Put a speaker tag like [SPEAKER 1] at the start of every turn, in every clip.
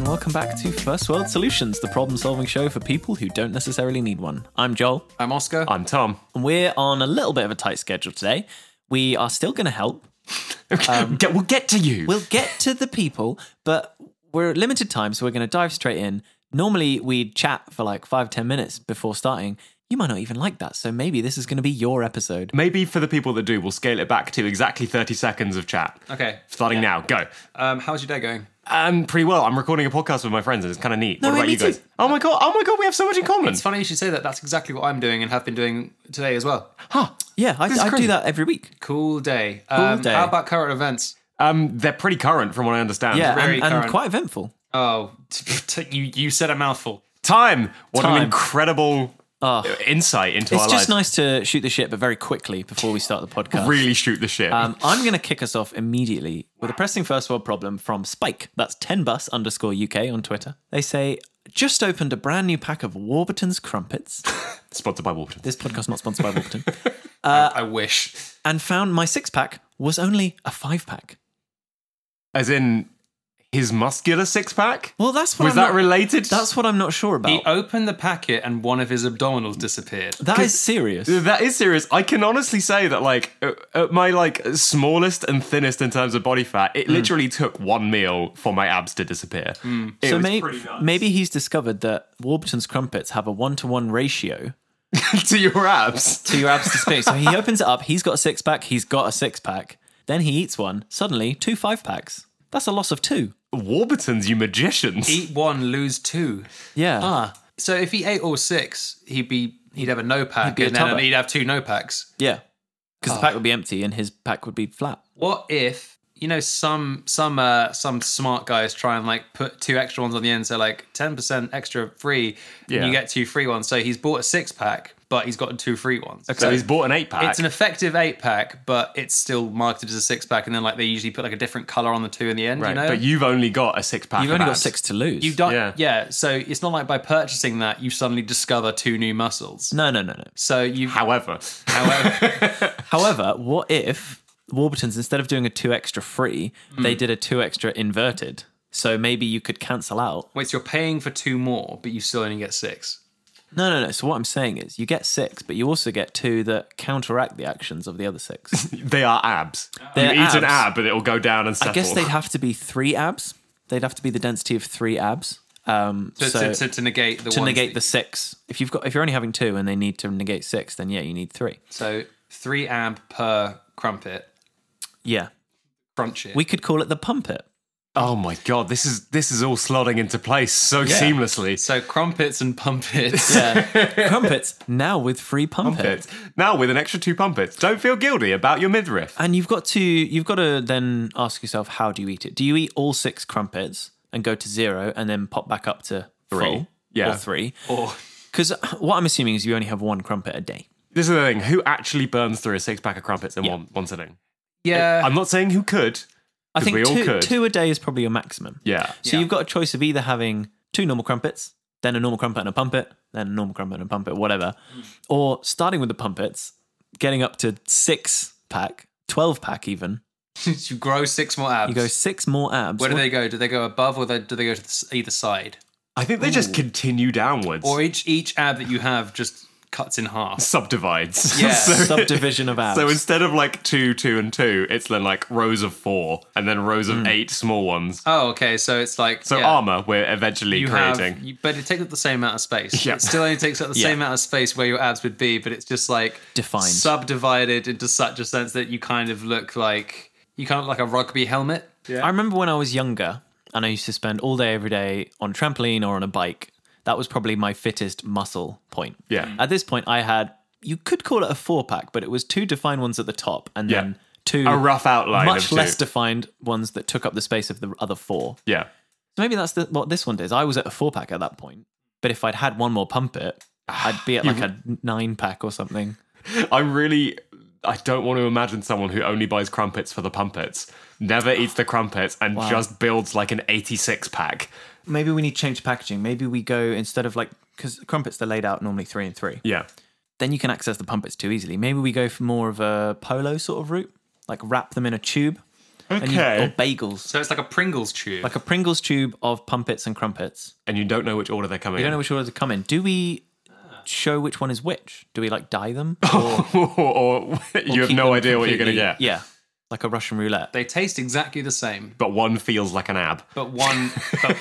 [SPEAKER 1] to First World Solutions, the problem solving show for people who don't necessarily need one. I'm Joel,
[SPEAKER 2] I'm Oscar.
[SPEAKER 3] I'm Tom.
[SPEAKER 1] and we're on a little bit of a tight schedule today. We are still going to help.
[SPEAKER 3] Get- we'll get to you.
[SPEAKER 1] Um, We'll get to the people, but we're at limited time, so we're going to dive straight in. Normally, we'd chat for like five, 10 minutes before starting. You might not even like that, so maybe this is going to be your episode.
[SPEAKER 3] Maybe for the people that do, we'll scale it back to exactly 30 seconds of chat.
[SPEAKER 2] okay.
[SPEAKER 3] Starting now, go.
[SPEAKER 2] Um, how's your day going?
[SPEAKER 3] Um, pretty well. I'm recording a podcast with my friends, and it's kind of neat. what
[SPEAKER 1] wait,
[SPEAKER 3] about
[SPEAKER 1] me
[SPEAKER 3] you guys?
[SPEAKER 1] too.
[SPEAKER 3] Oh my god! Oh my god! We have so much in common.
[SPEAKER 2] It's funny you should say that. That's exactly what I'm doing and have been doing today as well.
[SPEAKER 3] Huh.
[SPEAKER 1] Yeah, I,
[SPEAKER 3] This is
[SPEAKER 1] I do
[SPEAKER 3] crazy.
[SPEAKER 1] that every week.
[SPEAKER 2] Cool day. Um,
[SPEAKER 1] day.
[SPEAKER 2] How about current events?
[SPEAKER 3] Um, they're pretty current, from what I understand.
[SPEAKER 1] Yeah,
[SPEAKER 2] very
[SPEAKER 1] and, and
[SPEAKER 2] current.
[SPEAKER 1] quite eventful.
[SPEAKER 2] Oh, t- you you said a mouthful.
[SPEAKER 3] Time. What
[SPEAKER 1] Time.
[SPEAKER 3] an incredible insight into
[SPEAKER 1] It's
[SPEAKER 3] our
[SPEAKER 1] just
[SPEAKER 3] lives.
[SPEAKER 1] nice to shoot the shit, but very quickly before we start the podcast.
[SPEAKER 3] Really shoot the shit.
[SPEAKER 1] Um, I'm going to kick us off immediately with a pressing first world problem from Spike. That's 10bus underscore UK on Twitter. They say, just opened a brand new pack of Warburton's crumpets.
[SPEAKER 3] Sponsored by Warburton.
[SPEAKER 1] This podcast not sponsored by Warburton.
[SPEAKER 2] I wish.
[SPEAKER 1] And found my six pack was only a five pack.
[SPEAKER 3] As in his muscular six pack.
[SPEAKER 1] Well, that's what
[SPEAKER 3] Was
[SPEAKER 1] I'm
[SPEAKER 3] that
[SPEAKER 1] not-
[SPEAKER 3] related? uh,
[SPEAKER 1] That's what I'm not sure about.
[SPEAKER 2] He opened the packet and one of his abdominals disappeared.
[SPEAKER 1] that is serious.
[SPEAKER 3] That is serious. I can honestly say that, like, uh, at my like smallest and thinnest in terms of body fat,
[SPEAKER 1] Hmm.
[SPEAKER 3] it literally took one meal for my abs to disappear. It
[SPEAKER 1] so
[SPEAKER 3] was
[SPEAKER 1] may-
[SPEAKER 3] pretty nuts.
[SPEAKER 1] maybe he's discovered that Warburton's crumpets have a one to one ratio
[SPEAKER 3] to your abs.
[SPEAKER 1] to your abs to space. so
[SPEAKER 3] Ah.
[SPEAKER 1] he opens it up. He's got a six pack. He's got a six pack. Then he eats one. Suddenly, two five packs. That's a loss of two.
[SPEAKER 3] Warburtons, you magicians.
[SPEAKER 1] E-
[SPEAKER 2] Eat one, lose two.
[SPEAKER 1] Yeah.
[SPEAKER 2] Ah. So if he ate all six, he'd be he'd have a no pack
[SPEAKER 1] be a
[SPEAKER 2] and then
[SPEAKER 1] tubber.
[SPEAKER 2] he'd have two no packs.
[SPEAKER 1] Yeah. Because the
[SPEAKER 2] Oh.
[SPEAKER 1] pack would be empty and his pack would be flat.
[SPEAKER 2] What if you know some some uh, some smart guys try and like put two extra ones on the end, so like ten percent extra free, and
[SPEAKER 3] Yeah.
[SPEAKER 2] you get two free ones. So he's bought a six pack, but he's got two free ones.
[SPEAKER 3] so he's bought an eight pack.
[SPEAKER 2] It's an effective eight pack, but it's still marketed as a six pack, and then like they usually put like a different color on the two in the end.
[SPEAKER 3] right,
[SPEAKER 2] you know,
[SPEAKER 3] but you've only got a six pack.
[SPEAKER 1] You've
[SPEAKER 3] of
[SPEAKER 1] only got
[SPEAKER 3] abs.
[SPEAKER 1] six to lose.
[SPEAKER 2] You don't, yeah.
[SPEAKER 3] Yeah.
[SPEAKER 2] So it's not like by purchasing that you suddenly discover two new muscles.
[SPEAKER 1] No, no, no, no.
[SPEAKER 2] So you,
[SPEAKER 3] However,
[SPEAKER 2] however,
[SPEAKER 1] However, what if Warburton's, instead of doing a two extra free,
[SPEAKER 2] Hmm.
[SPEAKER 1] they did a two extra inverted? So maybe you could cancel out.
[SPEAKER 2] wait, so you're paying for two more, but you still only get six.
[SPEAKER 1] No, no, no. So what I'm saying is you get six, but you also get two that counteract the actions of the other six.
[SPEAKER 3] they are abs.
[SPEAKER 1] They're
[SPEAKER 3] you eat an
[SPEAKER 1] abs.
[SPEAKER 3] ab, and it will go down and settle.
[SPEAKER 1] I guess they'd have to be three abs. They'd have to be the density of three abs. Um,
[SPEAKER 2] To,
[SPEAKER 1] so
[SPEAKER 2] to, to, to negate the
[SPEAKER 1] to
[SPEAKER 2] ones
[SPEAKER 1] negate the
[SPEAKER 2] that-
[SPEAKER 1] six, if you've got, if you're only having two and they need to negate six, then yeah, you need three.
[SPEAKER 2] so three ab per crumpet,
[SPEAKER 1] Yeah,
[SPEAKER 2] crunch it.
[SPEAKER 1] we could call it the pump it.
[SPEAKER 3] Oh my god, this is this is all slotting into place so seamlessly.
[SPEAKER 2] so crumpets and pumpets.
[SPEAKER 1] Crumpets now with free pump, it.
[SPEAKER 3] Pumpets. Now with an extra two pumpets. Don't feel guilty about your midriff.
[SPEAKER 1] And you've got to you've got to then ask yourself how do you eat it? Do you eat all six crumpets and go to zero and then pop back up to
[SPEAKER 3] Three.
[SPEAKER 1] full
[SPEAKER 3] Yeah.
[SPEAKER 1] or three?
[SPEAKER 2] Or
[SPEAKER 1] Because what I'm assuming is you only have one crumpet a day.
[SPEAKER 3] This is the thing. Who actually burns through a six pack of crumpets in one, one sitting?
[SPEAKER 2] yeah,
[SPEAKER 3] I'm not saying who could.
[SPEAKER 1] I
[SPEAKER 3] 'Cause
[SPEAKER 1] think
[SPEAKER 3] we all
[SPEAKER 1] two,
[SPEAKER 3] could.
[SPEAKER 1] two a day is probably your maximum.
[SPEAKER 3] Yeah.
[SPEAKER 1] So
[SPEAKER 2] Yeah.
[SPEAKER 1] you've got a choice of either having two normal crumpets, then a normal crumpet and a pumpet, then a normal crumpet and a pumpet, whatever, or starting with the pumpets, getting up to six pack, twelve pack even.
[SPEAKER 2] you grow six more abs.
[SPEAKER 1] You go six more abs.
[SPEAKER 2] Where do they go? Do they go above or they, do they go to the, s- either side?
[SPEAKER 3] I think they just continue downwards.
[SPEAKER 2] Or each each ab that you have just cuts in half.
[SPEAKER 3] subdivides.
[SPEAKER 2] Yeah.
[SPEAKER 3] so,
[SPEAKER 1] subdivision of abs?
[SPEAKER 3] so instead of like two, two, and two, it's then like rows of four and then rows of eight small ones.
[SPEAKER 2] Oh, okay. So it's like
[SPEAKER 3] So
[SPEAKER 2] Hmm. yeah,
[SPEAKER 3] armor we're eventually
[SPEAKER 2] you have-
[SPEAKER 3] creating.
[SPEAKER 2] you- but it takes up the same amount of space.
[SPEAKER 3] Yeah.
[SPEAKER 2] It still only takes up the
[SPEAKER 3] Yeah.
[SPEAKER 2] same amount of space where your abs would be, but it's just like
[SPEAKER 1] Defined.
[SPEAKER 2] subdivided into such a sense that you kind of look like you kind of look like a rugby helmet.
[SPEAKER 1] I remember when I was younger and I used to spend all day every day on trampoline or on a bike. That was probably my fittest muscle point.
[SPEAKER 3] Yeah.
[SPEAKER 1] At this point, I had you could call it a four pack, but it was two defined ones at the top and
[SPEAKER 3] Yeah.
[SPEAKER 1] then two
[SPEAKER 3] A rough outline
[SPEAKER 1] much
[SPEAKER 3] of two.
[SPEAKER 1] less defined ones that took up the space of the other four.
[SPEAKER 3] yeah.
[SPEAKER 1] So maybe that's the, what this one is. I was at a four pack at that point, but if I'd had one more pump it, I'd be at like a nine pack or something.
[SPEAKER 3] I'm really. I don't want to imagine someone who only buys crumpets for the pumpets, never eats the crumpets, and just builds like an 86 pack.
[SPEAKER 1] Maybe we need to change packaging. Maybe we go instead of like because crumpets they're laid out normally three and three.
[SPEAKER 3] Yeah.
[SPEAKER 1] then you can access the pumpets too easily. Maybe we go for more of a polo sort of route, like wrap them in a tube, And you,
[SPEAKER 3] Okay.
[SPEAKER 1] or bagels.
[SPEAKER 2] So it's like a Pringles tube.
[SPEAKER 1] Like a Pringles tube of pumpets and crumpets.
[SPEAKER 3] and you don't know which order they're coming.
[SPEAKER 1] I don't know
[SPEAKER 3] in.
[SPEAKER 1] which order to come in. Do we show which one is which? Do we like dye them?
[SPEAKER 3] or, or you have
[SPEAKER 1] keep
[SPEAKER 3] no
[SPEAKER 1] them
[SPEAKER 3] idea what you're going
[SPEAKER 1] completely-
[SPEAKER 3] to get.
[SPEAKER 1] Yeah. Like a Russian roulette.
[SPEAKER 2] they taste exactly the same,
[SPEAKER 3] But one feels like an ab.
[SPEAKER 2] but one,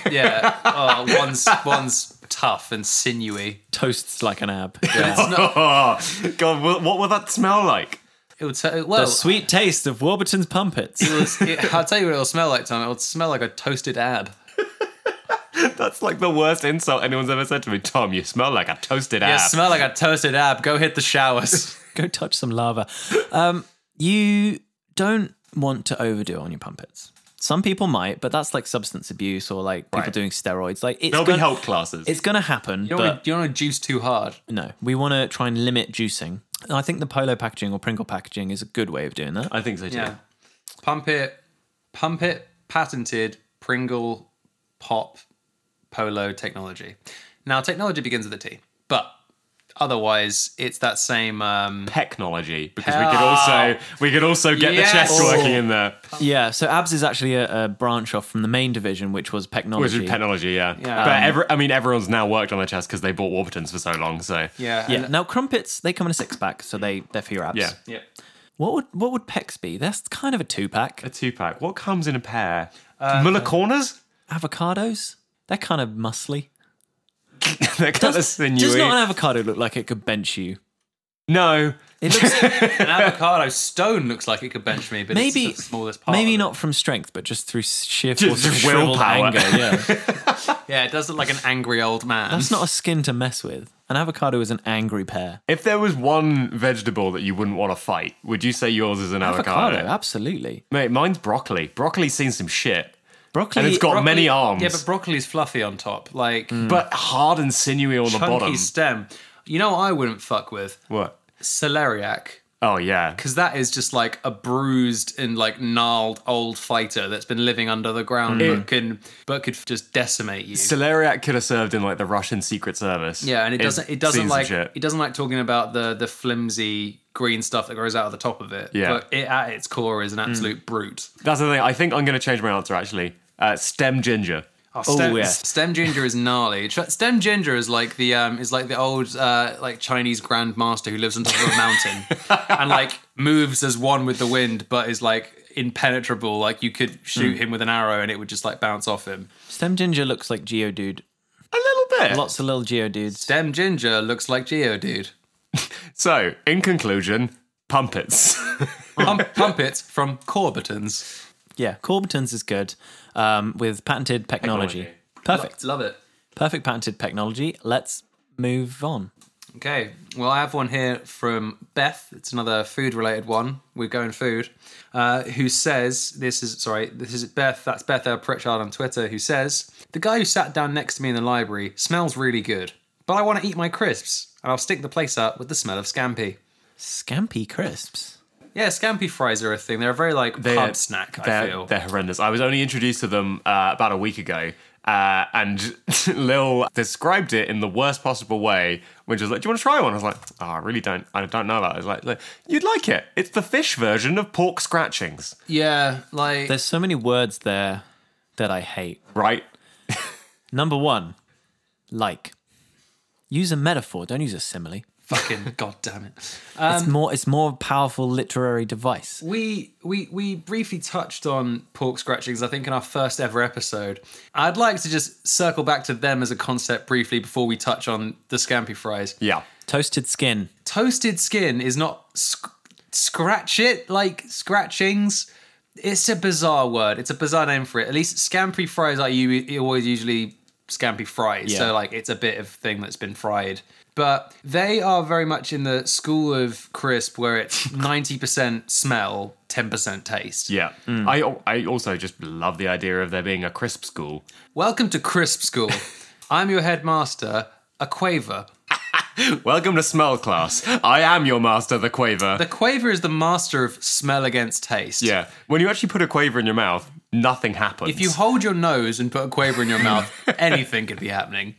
[SPEAKER 2] but yeah, oh, one's one's tough and sinewy.
[SPEAKER 1] Toasts like an ab.
[SPEAKER 2] It's not,
[SPEAKER 3] Oh, God, wha- what will that smell like?
[SPEAKER 2] it would t-
[SPEAKER 1] The
[SPEAKER 2] well,
[SPEAKER 1] sweet taste of Warburton's pumpets.
[SPEAKER 2] it was- it- I'll tell you what it'll smell like, Tom. It'll smell like a toasted ab.
[SPEAKER 3] That's like the worst insult anyone's ever said to me. Tom, you smell like a toasted
[SPEAKER 2] Yeah,
[SPEAKER 3] ab.
[SPEAKER 2] smell like a toasted ab. Go hit the showers.
[SPEAKER 1] Go touch some lava. Um, you don't want to overdo it on your pumpets. Some people might, but that's like substance abuse or like people
[SPEAKER 3] Right.
[SPEAKER 1] doing steroids. Like it's
[SPEAKER 3] There'll
[SPEAKER 1] gonna,
[SPEAKER 3] be help classes.
[SPEAKER 1] It's gonna happen.
[SPEAKER 2] You don't,
[SPEAKER 1] but
[SPEAKER 2] want, to, you don't want to juice too hard.
[SPEAKER 1] No, we want to try and limit juicing. And I think the polo packaging or Pringle packaging is a good way of doing that.
[SPEAKER 3] I think so too.
[SPEAKER 2] Yeah. Pump it, pump it, patented Pringle pop polo technology. Now, technology begins with a T, but otherwise, it's that same. Um,
[SPEAKER 3] Technology, because we could also we could also get
[SPEAKER 2] Yes.
[SPEAKER 3] the chest
[SPEAKER 2] Oh.
[SPEAKER 3] working in there,
[SPEAKER 1] Yeah, so ABS is actually a, a branch off from the main division, which was
[SPEAKER 3] which
[SPEAKER 1] Pecnology.
[SPEAKER 3] is Oh. technology, yeah.
[SPEAKER 2] Yeah.
[SPEAKER 3] But
[SPEAKER 2] Um,
[SPEAKER 3] every, I mean, everyone's now worked on their chest because they bought Warburtons for so long. So
[SPEAKER 2] yeah.
[SPEAKER 1] yeah.
[SPEAKER 2] and-
[SPEAKER 1] Now crumpets, they come in a six pack, so they they're for your abs.
[SPEAKER 3] Yeah.
[SPEAKER 2] yeah.
[SPEAKER 1] What would what would pecs be? That's kind of a two pack.
[SPEAKER 3] a two pack. What comes in a pair? Muller corners.
[SPEAKER 1] Avocados, they're kind of muscly.
[SPEAKER 3] They're kind of
[SPEAKER 1] Does,
[SPEAKER 3] sinewy.
[SPEAKER 1] does not an avocado look like it could bench you?
[SPEAKER 3] no,
[SPEAKER 1] It looks
[SPEAKER 2] An avocado stone looks like it could bench me, but maybe,
[SPEAKER 1] maybe
[SPEAKER 2] it's the smallest part.
[SPEAKER 1] maybe
[SPEAKER 2] of it.
[SPEAKER 1] not from strength, but Oh. just through sheer
[SPEAKER 3] Just
[SPEAKER 1] force of shriveled
[SPEAKER 3] willpower.
[SPEAKER 1] anger. Yeah,
[SPEAKER 2] Yeah, it does look like an angry old man.
[SPEAKER 1] that's not a skin to mess with. An avocado is an angry pear.
[SPEAKER 3] If there was one vegetable that you wouldn't want to fight, would you say yours is an avocado?
[SPEAKER 1] Avocado, absolutely.
[SPEAKER 3] Mate, mine's broccoli. Broccoli's seen some shit,
[SPEAKER 1] Broccoli.
[SPEAKER 3] and it's got
[SPEAKER 2] Broccoli-
[SPEAKER 3] many arms,
[SPEAKER 2] Yeah, but broccoli's fluffy on top, like
[SPEAKER 3] but hard and sinewy on the
[SPEAKER 2] chunky
[SPEAKER 3] bottom.
[SPEAKER 2] stem. You know what I wouldn't fuck with?
[SPEAKER 3] what?
[SPEAKER 2] Celeriac.
[SPEAKER 3] Oh yeah,
[SPEAKER 2] because that is just like a bruised and like gnarled old fighter that's been living under the ground
[SPEAKER 3] Mm.
[SPEAKER 2] but can but could just decimate you.
[SPEAKER 3] celeriac could have served in like the Russian Secret Service.
[SPEAKER 2] yeah, and it doesn't it doesn't
[SPEAKER 3] seen some
[SPEAKER 2] like
[SPEAKER 3] shit.
[SPEAKER 2] it doesn't like talking about the the flimsy green stuff that grows out of the top of it.
[SPEAKER 3] Yeah. Mm.
[SPEAKER 2] but it at its core is an absolute brute.
[SPEAKER 3] That's the thing. I think I'm going to change my answer actually. Uh, stem ginger.
[SPEAKER 2] stem,
[SPEAKER 1] Oh, yes.
[SPEAKER 2] Oh, stem ginger is gnarly. Tr- Stem ginger is like the um is like the old uh like Chinese grandmaster who lives on top of a mountain and like moves as one with the wind, but is like impenetrable. Like you could shoot
[SPEAKER 1] Hmm.
[SPEAKER 2] him with an arrow and it would just like bounce off him.
[SPEAKER 1] Stem ginger looks like Geodude.
[SPEAKER 3] A little bit.
[SPEAKER 1] Lots of little Geodudes.
[SPEAKER 2] Stem ginger looks like Geodude.
[SPEAKER 3] So, in conclusion, pumpets.
[SPEAKER 1] Hmm.
[SPEAKER 2] Pump, pumpets from Corbettons.
[SPEAKER 1] Yeah, Corbettons is good um, with patented technology.
[SPEAKER 3] Technology.
[SPEAKER 1] Perfect.
[SPEAKER 2] Love it.
[SPEAKER 1] Perfect patented technology. Let's move on.
[SPEAKER 2] Okay, well, I have one here from Beth. It's another food-related one. We're going food. Uh, who says this is sorry? This is Beth. That's Beth L. Pritchard on Twitter. Who says the guy who sat down next to me in the library smells really good, but I want to eat my crisps, and I'll stick the place up with the smell of scampi.
[SPEAKER 1] Scampy crisps.
[SPEAKER 2] Yeah, scampi fries are a thing. They're a very like
[SPEAKER 3] They're-
[SPEAKER 2] pub snack. I
[SPEAKER 3] they're,
[SPEAKER 2] feel.
[SPEAKER 3] they're horrendous. I was only introduced to them uh, about a week ago, uh, and Lil described it in the worst possible way, which was like, "Do you want to try one?" I was like, "Oh, I really don't. I don't know that." I was like, "Look, "You'd like it. It's the fish version of pork scratchings,
[SPEAKER 2] yeah, like
[SPEAKER 1] There's so many words there that I hate.
[SPEAKER 3] right?"
[SPEAKER 1] Number one, like. Use a metaphor. Don't use a simile.
[SPEAKER 2] fucking goddamn it.
[SPEAKER 1] it's more. It's more of a powerful literary device.
[SPEAKER 2] we we we briefly touched on pork scratchings i think in our first ever episode i'd like to just circle back to them as a concept briefly before we touch on the scampi fries
[SPEAKER 3] Yeah,
[SPEAKER 1] Toasted skin.
[SPEAKER 2] toasted skin is not sc- scratch it like scratchings it's a bizarre word it's a bizarre name for it at least scampi fries are you, you always usually scampi fries
[SPEAKER 1] Yeah.
[SPEAKER 2] so like it's a bit of thing that's been fried but they are very much in the school of crisp where it's 90% smell 10% taste
[SPEAKER 3] yeah.
[SPEAKER 2] Mm.
[SPEAKER 3] I I also just love the idea of there being a crisp school.
[SPEAKER 2] Welcome to Crisp School. I'm your headmaster, a quaver.
[SPEAKER 3] Welcome to smell class. I am your master, the quaver.
[SPEAKER 2] The quaver is the master of smell against taste.
[SPEAKER 3] yeah, when you actually put a quaver in your mouth, nothing happens.
[SPEAKER 2] If you hold your nose and put a quaver in your mouth, anything could be happening.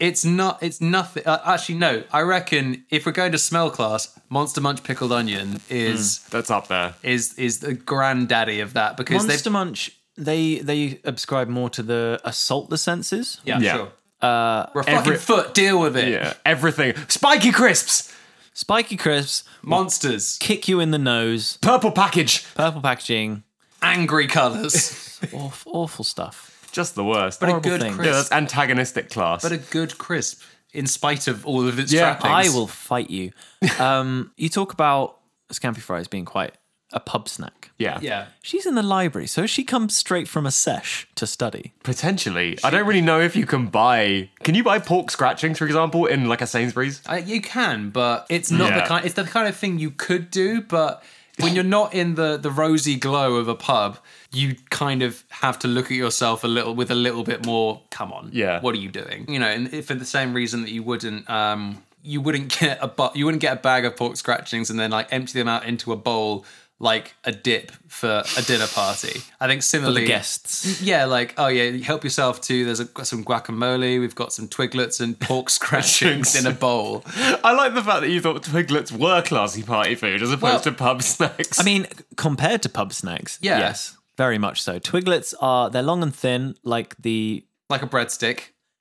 [SPEAKER 2] It's not. It's nothing. Uh, actually, no. I reckon if we're going to smell class, Monster Munch pickled onion is
[SPEAKER 3] That's up there.
[SPEAKER 2] is is the granddaddy of that because
[SPEAKER 1] Monster Munch, they they ascribe more to the assault the senses.
[SPEAKER 2] they've yeah,
[SPEAKER 3] Yeah.
[SPEAKER 2] sure. Uh, we're a fucking
[SPEAKER 3] every-
[SPEAKER 2] foot. Deal with it.
[SPEAKER 3] Yeah, everything. Spiky crisps,
[SPEAKER 1] Spiky crisps
[SPEAKER 2] Monsters,
[SPEAKER 1] kick you in the nose.
[SPEAKER 3] purple package.
[SPEAKER 1] Purple packaging,
[SPEAKER 2] angry colors,
[SPEAKER 1] awful, awful stuff.
[SPEAKER 3] Just the worst.
[SPEAKER 2] but a
[SPEAKER 1] Horrible
[SPEAKER 2] good
[SPEAKER 1] thing.
[SPEAKER 3] yeah,
[SPEAKER 2] crisp.
[SPEAKER 3] that's antagonistic class.
[SPEAKER 2] but a good crisp in spite of all of its
[SPEAKER 3] Yeah,
[SPEAKER 1] I
[SPEAKER 2] trappings.
[SPEAKER 1] will fight you. Um, you talk about scampi fries being quite a pub snack.
[SPEAKER 3] yeah.
[SPEAKER 2] Yeah.
[SPEAKER 1] She's in the library, so she comes straight from a sesh to study.
[SPEAKER 3] Potentially. I don't really know if you can buy. Can you buy pork scratchings, for example, in like a Sainsbury's?
[SPEAKER 2] Uh, you can, but it's not the
[SPEAKER 3] Yeah.
[SPEAKER 2] kind. It's the kind of thing you could do, but when you're not in the the rosy glow of a pub, you kind of have to look at yourself a little with a little bit more. Come on,
[SPEAKER 3] Yeah.
[SPEAKER 2] what are you doing? You know, and if for the same reason that you wouldn't. um you wouldn't get a bu- you wouldn't get a bag of pork scratchings and then like empty them out into a bowl like a dip for a dinner party. I think similarly,
[SPEAKER 1] The guests.
[SPEAKER 2] yeah, like oh yeah, help yourself too. There's a, got some guacamole. We've got some twiglets and pork scratchings in a bowl.
[SPEAKER 3] I like the fact that you thought twiglets were classy party food as opposed
[SPEAKER 2] Well-
[SPEAKER 3] to pub snacks.
[SPEAKER 1] I mean, compared to pub snacks,
[SPEAKER 2] Yeah.
[SPEAKER 1] yes, very much so. Twiglets are they're long and thin, like the
[SPEAKER 2] like a breadstick,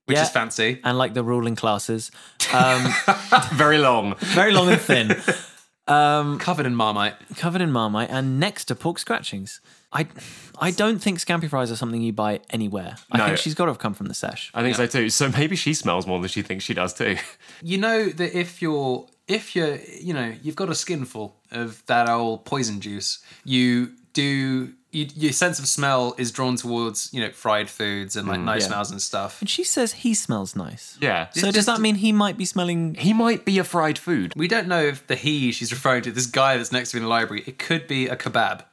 [SPEAKER 2] which
[SPEAKER 1] Yeah.
[SPEAKER 2] is fancy.
[SPEAKER 1] and like the ruling classes,
[SPEAKER 3] very long.
[SPEAKER 1] very long and thin, Um,
[SPEAKER 2] Covered in marmite.
[SPEAKER 1] covered in marmite, and next to pork scratchings. I, I don't think scampi fries are something you buy anywhere. I
[SPEAKER 3] No.
[SPEAKER 1] think she's got to have come from the sesh.
[SPEAKER 3] I think so too. So maybe she smells more than she thinks she does too.
[SPEAKER 2] You know that if you're if you're you know you've got a skinful of that old poison juice, you do. You, your sense of smell is drawn towards you know fried foods and like nice
[SPEAKER 1] Mm, yeah.
[SPEAKER 2] smells and stuff.
[SPEAKER 1] And she says he smells nice.
[SPEAKER 3] Yeah.
[SPEAKER 1] So does that mean he might be smelling?
[SPEAKER 3] he might be a fried food.
[SPEAKER 2] We don't know if the he she's referring to this guy that's next to me in the library. It could be a kebab.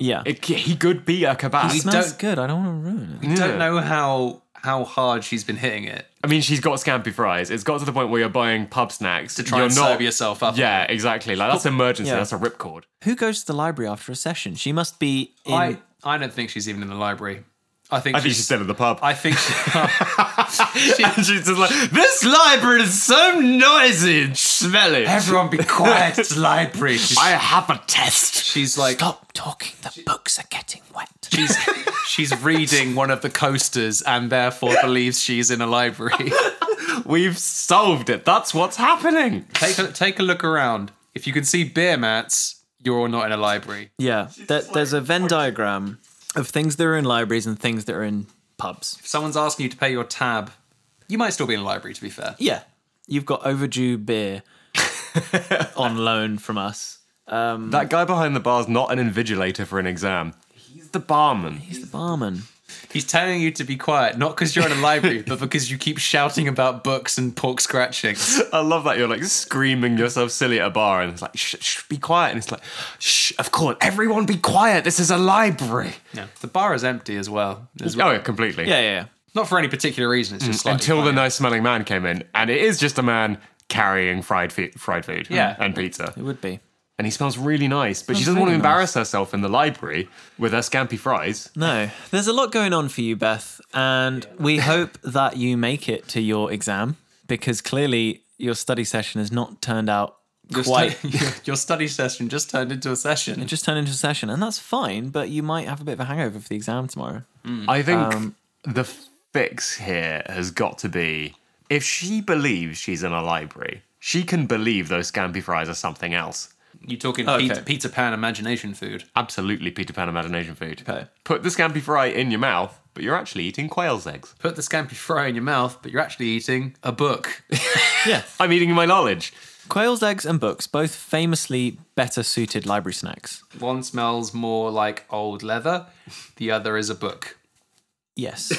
[SPEAKER 1] Yeah,
[SPEAKER 3] It, he could be a kebab.
[SPEAKER 1] he smells
[SPEAKER 2] don't-
[SPEAKER 1] good. I don't want to ruin it.
[SPEAKER 2] We
[SPEAKER 3] Yeah.
[SPEAKER 2] Don't know how how hard she's been hitting it
[SPEAKER 3] I mean, she's got scampi fries. It's got to the point where you're buying pub snacks
[SPEAKER 2] to try
[SPEAKER 3] you're
[SPEAKER 2] and
[SPEAKER 3] not,
[SPEAKER 2] sober yourself up.
[SPEAKER 3] Yeah, exactly. Like that's emergency.
[SPEAKER 1] Yeah.
[SPEAKER 3] That's a ripcord.
[SPEAKER 1] Who goes to the library after a session? She must be in.
[SPEAKER 2] I I don't think she's even in the library. I think
[SPEAKER 3] I think she's still in the pub.
[SPEAKER 2] I think she, oh,
[SPEAKER 3] and she's just like, this library is so noisy and smelly.
[SPEAKER 2] everyone be quiet. It's library. She's,
[SPEAKER 3] I have a test.
[SPEAKER 2] she's like
[SPEAKER 1] Stop talking. The books are getting wet.
[SPEAKER 2] she's she's reading one of the coasters and therefore believes she's in a library.
[SPEAKER 3] We've solved it. That's what's happening.
[SPEAKER 2] take a, take a look around. If you can see beer mats, you're not in a library.
[SPEAKER 1] Yeah, there, there's a Venn diagram of things that are in libraries and things that are in pubs.
[SPEAKER 2] If someone's asking you to pay your tab, you might still be in a library. To be fair,
[SPEAKER 1] Yeah, you've got overdue beer on loan from us.
[SPEAKER 3] That guy behind the bar's not an invigilator for an exam. He's the barman.
[SPEAKER 1] He's the barman.
[SPEAKER 2] he's telling you to be quiet, not because you're in a library, but because you keep shouting about books and pork scratchings.
[SPEAKER 3] I love that you're like screaming yourself silly at a bar, and it's like, shh, shh be quiet. And it's like, shh, of course, everyone be quiet. This is a library.
[SPEAKER 2] Yeah. The bar is empty as well. As well.
[SPEAKER 3] Oh, yeah, completely.
[SPEAKER 1] Yeah, yeah, yeah.
[SPEAKER 2] Not for any particular reason. It's just slightly
[SPEAKER 3] Mm, Until the
[SPEAKER 2] quiet.
[SPEAKER 3] nice smelling man came in, and it is just a man carrying fried, fe- fried food
[SPEAKER 2] Yeah.
[SPEAKER 3] and pizza.
[SPEAKER 1] It would be.
[SPEAKER 3] and he smells really nice, but she doesn't
[SPEAKER 1] Smells
[SPEAKER 3] want to
[SPEAKER 1] really
[SPEAKER 3] embarrass herself in the library with her scampy fries.
[SPEAKER 1] No, there's a lot going on for you, Beth, and we hope that you make it to your exam because clearly your study session has not turned out
[SPEAKER 2] Your
[SPEAKER 1] quite.
[SPEAKER 2] stu- your study session just turned into a session.
[SPEAKER 1] It just turned into a session, and that's fine, but you might have a bit of a hangover for the exam tomorrow.
[SPEAKER 3] I think the fix here has got to be if she believes she's in a library, she can believe those scampy fries are something else.
[SPEAKER 2] You talking
[SPEAKER 1] Okay.
[SPEAKER 2] Peter, Peter Pan imagination food?
[SPEAKER 3] Absolutely, Peter Pan imagination food.
[SPEAKER 1] Okay.
[SPEAKER 3] Put the scampy fry in your mouth, but you're actually eating quail's eggs.
[SPEAKER 2] Put the scampi fry in your mouth, but you're actually eating a book.
[SPEAKER 1] Yeah.
[SPEAKER 3] I'm eating my knowledge.
[SPEAKER 1] Quail's eggs and books, both famously better suited library snacks.
[SPEAKER 2] One smells more like old leather, the other is a book.
[SPEAKER 1] Yes.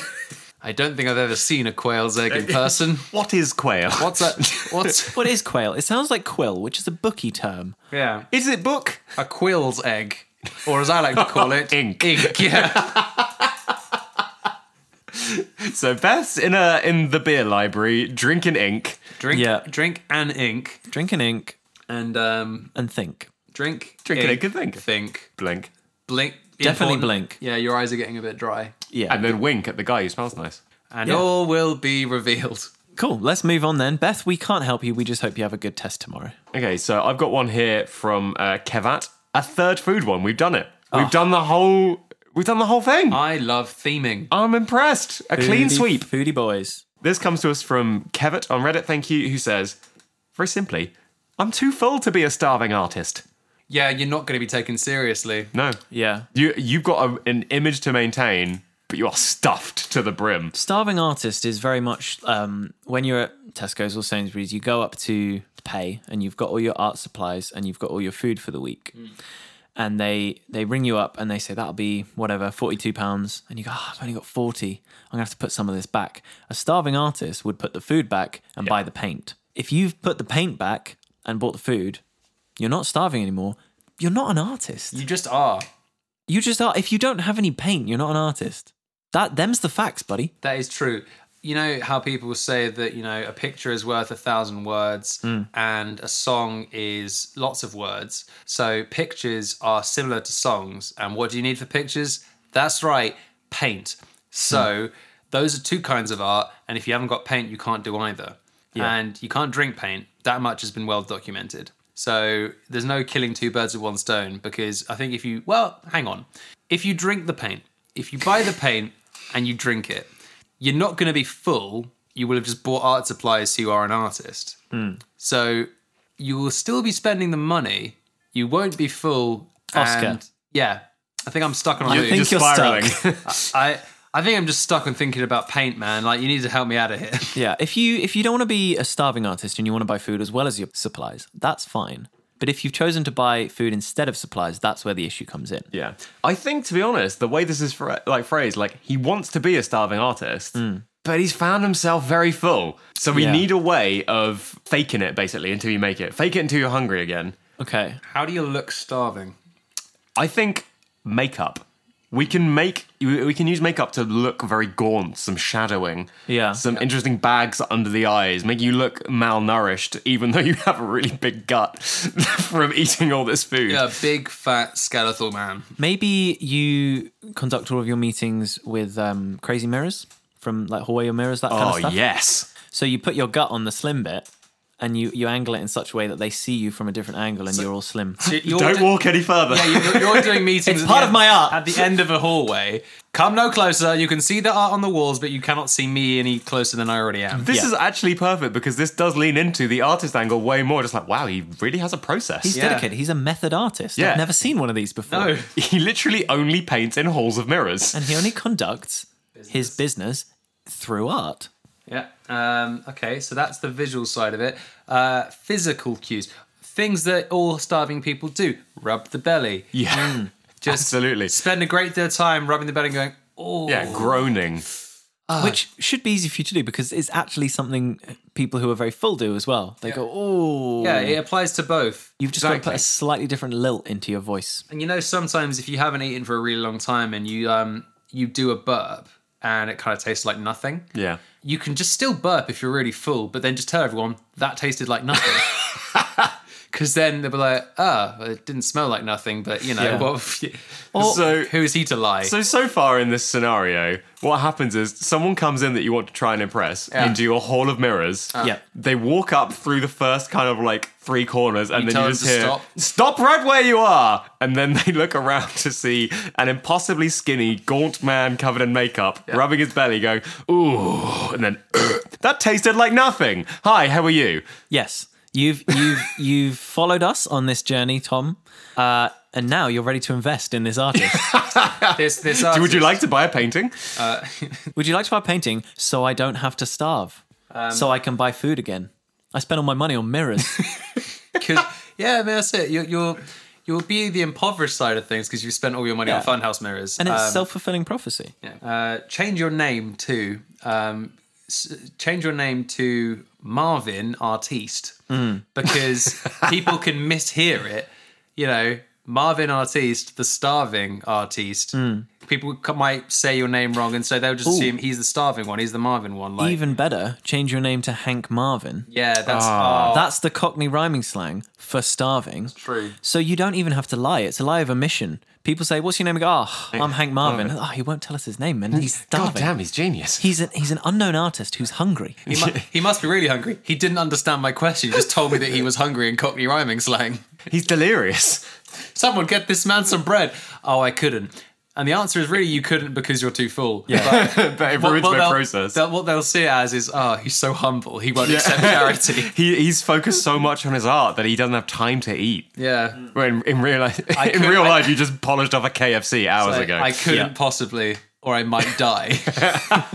[SPEAKER 2] I don't think I've ever seen a quail's egg in person.
[SPEAKER 3] What is quail?
[SPEAKER 2] What's that? What's
[SPEAKER 1] what is quail? It sounds like quill, which is a bookie term.
[SPEAKER 2] yeah?
[SPEAKER 3] Is it book? Oh,
[SPEAKER 2] A quill's egg, or as I like to call it,
[SPEAKER 3] Ink.
[SPEAKER 2] Ink. Yeah.
[SPEAKER 3] So Beth's in a in the beer library drinking ink.
[SPEAKER 2] Drink.
[SPEAKER 1] Yeah.
[SPEAKER 2] Drink and ink,
[SPEAKER 1] Drink and ink
[SPEAKER 2] and um,
[SPEAKER 1] and think.
[SPEAKER 2] drink.
[SPEAKER 3] Drink and ink and think.
[SPEAKER 2] Think.
[SPEAKER 3] Blink.
[SPEAKER 2] Blink.
[SPEAKER 1] Definitely
[SPEAKER 2] important.
[SPEAKER 1] blink.
[SPEAKER 2] Yeah, your eyes are getting a bit dry.
[SPEAKER 1] Yeah.
[SPEAKER 3] And then wink at the guy who smells nice.
[SPEAKER 2] and
[SPEAKER 1] Yeah.
[SPEAKER 2] all will be revealed.
[SPEAKER 1] Cool. Let's move on then. Beth, we can't help you. We just hope you have a good test tomorrow.
[SPEAKER 3] Okay, so I've got one here from uh, Kevat. A third food one. We've done it.
[SPEAKER 1] Oh.
[SPEAKER 3] We've done the whole. We've done the whole thing.
[SPEAKER 2] I love theming.
[SPEAKER 3] I'm impressed. A
[SPEAKER 1] Ah.
[SPEAKER 3] clean
[SPEAKER 1] Foodie-
[SPEAKER 3] sweep.
[SPEAKER 1] Foodie boys.
[SPEAKER 3] This comes to us from Kevat on Reddit. Thank you. Who says, very simply, I'm too full to be a starving artist.
[SPEAKER 2] Yeah, you're not going to be taken seriously.
[SPEAKER 3] No,
[SPEAKER 1] Yeah.
[SPEAKER 3] you you've got a, an image to maintain, but you are stuffed to the brim.
[SPEAKER 1] Starving artist is very much um, when you're at Tesco's or Sainsbury's, you go up to pay and you've got all your art supplies and you've got all your food for the week. And they they ring you up and they say that'll be whatever forty two pounds, and you go, oh, I've only got forty. I'm gonna have to put some of this back. A starving artist would put the food back and buy the paint. If you've put the paint back and bought the food, you're not starving anymore. You're not an artist.
[SPEAKER 2] You just are.
[SPEAKER 1] You just are. If you don't have any paint, you're not an artist. That them's the facts, buddy.
[SPEAKER 2] That is true. You know how people say that, you know, a picture is worth a thousand words and a song is lots of words. So pictures are similar to songs. And what do you need for pictures? That's right, paint. So those are two kinds of art. And if you haven't got paint, you can't do either. And you can't drink paint. That much has been well documented. So there's no killing two birds with one stone because I think if you, well, hang on. If you drink the paint, if you buy the paint and you drink it, you're not going to be full. You will have just bought art supplies so you are an artist.
[SPEAKER 1] Hmm.
[SPEAKER 2] So you will still be spending the money. You won't be full.
[SPEAKER 1] Oscar.
[SPEAKER 2] And yeah. I think I'm stuck on a
[SPEAKER 1] I
[SPEAKER 2] loop.
[SPEAKER 1] think you're stuck.
[SPEAKER 2] I, I think I'm just stuck on thinking about paint, man. Like, you need to help me out of here.
[SPEAKER 1] Yeah, if you if you don't want to be a starving artist and you want to buy food as well as your supplies, that's fine. But if you've chosen to buy food instead of supplies, that's where the issue comes in.
[SPEAKER 3] Yeah, I think to be honest, the way this is fra- like phrased, like he wants to be a starving artist, but he's found himself very full. So we
[SPEAKER 1] Mm. Yeah.
[SPEAKER 3] need a way of faking it basically until you make it. Fake it until you're hungry again.
[SPEAKER 1] Okay.
[SPEAKER 2] How do you look starving?
[SPEAKER 3] I think makeup. We can make we we can use makeup to look very gaunt, some shadowing,
[SPEAKER 1] Yeah.
[SPEAKER 3] some interesting bags under the eyes, make you look malnourished, even though you have a really big gut from eating all this food.
[SPEAKER 2] Yeah, big, fat, skeletal man.
[SPEAKER 1] Maybe you conduct all of your meetings with um, crazy mirrors from like Hawaii mirrors, that kind
[SPEAKER 3] Oh
[SPEAKER 1] of stuff.
[SPEAKER 3] yes,
[SPEAKER 1] So you put your gut on the slim bit and you, you angle it in such a way that they see you from a different angle and you're all slim.
[SPEAKER 2] You're
[SPEAKER 3] don't
[SPEAKER 2] do-
[SPEAKER 3] walk any further.
[SPEAKER 2] Yeah, you're, you're doing meetings.
[SPEAKER 1] It's
[SPEAKER 2] at the
[SPEAKER 1] part of
[SPEAKER 2] end-
[SPEAKER 1] my art.
[SPEAKER 2] At the end of a hallway, come no closer. You can see the art on the walls, but you cannot see me any closer than I already am.
[SPEAKER 3] This
[SPEAKER 1] Yeah.
[SPEAKER 3] is actually perfect because this does lean into the artist angle way more. Just like, wow, he really has a process.
[SPEAKER 1] He's dedicated. He's a method artist.
[SPEAKER 3] Yeah.
[SPEAKER 1] I've never seen one of these before.
[SPEAKER 2] No,
[SPEAKER 3] he literally only paints in halls of mirrors.
[SPEAKER 1] And he only conducts his business through art.
[SPEAKER 2] Yeah. Um, okay, so that's the visual side of it. Uh, physical cues, things that all starving people do: rub the belly.
[SPEAKER 3] Yeah,
[SPEAKER 1] Mm.
[SPEAKER 2] Just
[SPEAKER 3] absolutely.
[SPEAKER 2] Spend a great deal of time rubbing the belly and going, oh,
[SPEAKER 3] yeah, groaning.
[SPEAKER 2] Uh.
[SPEAKER 1] which should be easy for you to do because it's actually something people who are very full do as well. They go, "Oh,
[SPEAKER 2] yeah. It applies to both.
[SPEAKER 1] You've just got to
[SPEAKER 3] exactly.
[SPEAKER 1] put a slightly different lilt into your voice.
[SPEAKER 2] And you know, sometimes if you haven't eaten for a really long time and you um you do a burp and it kind of tastes like nothing,
[SPEAKER 3] Yeah.
[SPEAKER 2] you can just still burp if you're really full, but then just tell everyone that tasted like nothing. Because then they'll be like, oh, it didn't smell like nothing, but you know,
[SPEAKER 1] Yeah.
[SPEAKER 2] what,
[SPEAKER 3] so
[SPEAKER 2] who is he to lie?
[SPEAKER 3] So so far in this scenario, what happens is someone comes in that you want to try and impress into your hall of mirrors.
[SPEAKER 2] Uh.
[SPEAKER 1] Yeah.
[SPEAKER 3] They walk up through the first kind of like three corners, and
[SPEAKER 2] You
[SPEAKER 3] then
[SPEAKER 2] tell
[SPEAKER 3] you
[SPEAKER 2] them
[SPEAKER 3] just
[SPEAKER 2] to
[SPEAKER 3] hear
[SPEAKER 2] stop.
[SPEAKER 3] "Stop right where you are!" And then they look around to see an impossibly skinny, gaunt man covered in makeup, rubbing his belly, going "Ooh," and then that tasted like nothing. Hi, how are you?
[SPEAKER 1] Yes, you've you've you've followed us on this journey, Tom, uh, and now you're ready to invest in this artist.
[SPEAKER 2] this, this uh,
[SPEAKER 3] Would
[SPEAKER 2] artist-
[SPEAKER 3] you like to buy a painting?
[SPEAKER 1] Would you like to buy a painting so I don't have to starve,
[SPEAKER 2] Um,
[SPEAKER 1] so I can buy food again? I spent all my money on mirrors.
[SPEAKER 2] 'Cause- yeah, I mean, that's it. You're, you're, you'll be the impoverished side of things because you've spent all your money
[SPEAKER 1] Yeah.
[SPEAKER 2] on funhouse mirrors.
[SPEAKER 1] and it's
[SPEAKER 2] Um,
[SPEAKER 1] self fulfilling prophecy.
[SPEAKER 2] yeah. Uh, change your name to um, s- change your name to Marvin Artiste because people can mishear it. You know, Marvin Artiste, the starving artiste. People c- might say your name wrong, and so they'll just assume he's the starving one. He's the Marvin one. Like,
[SPEAKER 1] Even better, change your name to Hank Marvin.
[SPEAKER 2] yeah, that's
[SPEAKER 3] Ah.
[SPEAKER 2] oh,
[SPEAKER 1] That's the Cockney rhyming slang for starving.
[SPEAKER 2] true.
[SPEAKER 1] So you don't even have to lie. It's a lie of omission. People say, "What's your name?" I go, "Oh, I'm Hank Marvin." Oh, he won't tell us his name, man. He's starving.
[SPEAKER 3] God damn, he's genius.
[SPEAKER 1] He's an he's an unknown artist who's hungry.
[SPEAKER 2] He, mu- he must be really hungry. He didn't understand my question. He just told me that he was hungry in Cockney rhyming slang.
[SPEAKER 3] He's delirious.
[SPEAKER 2] Someone get this man some bread. Oh, I couldn't. And the answer is really you couldn't because you're too full. Yeah.
[SPEAKER 3] but it ruins my
[SPEAKER 2] they'll,
[SPEAKER 3] process.
[SPEAKER 2] they'll- what they'll see it as is, oh, he's so humble. He won't accept charity.
[SPEAKER 3] He, he's focused so much on his art that he doesn't have time to eat.
[SPEAKER 2] Yeah.
[SPEAKER 3] When in real life, in
[SPEAKER 2] could-
[SPEAKER 3] real
[SPEAKER 2] I-
[SPEAKER 3] life, you just polished off a KFC hours
[SPEAKER 2] Like,
[SPEAKER 3] ago.
[SPEAKER 2] I couldn't possibly, or I might die.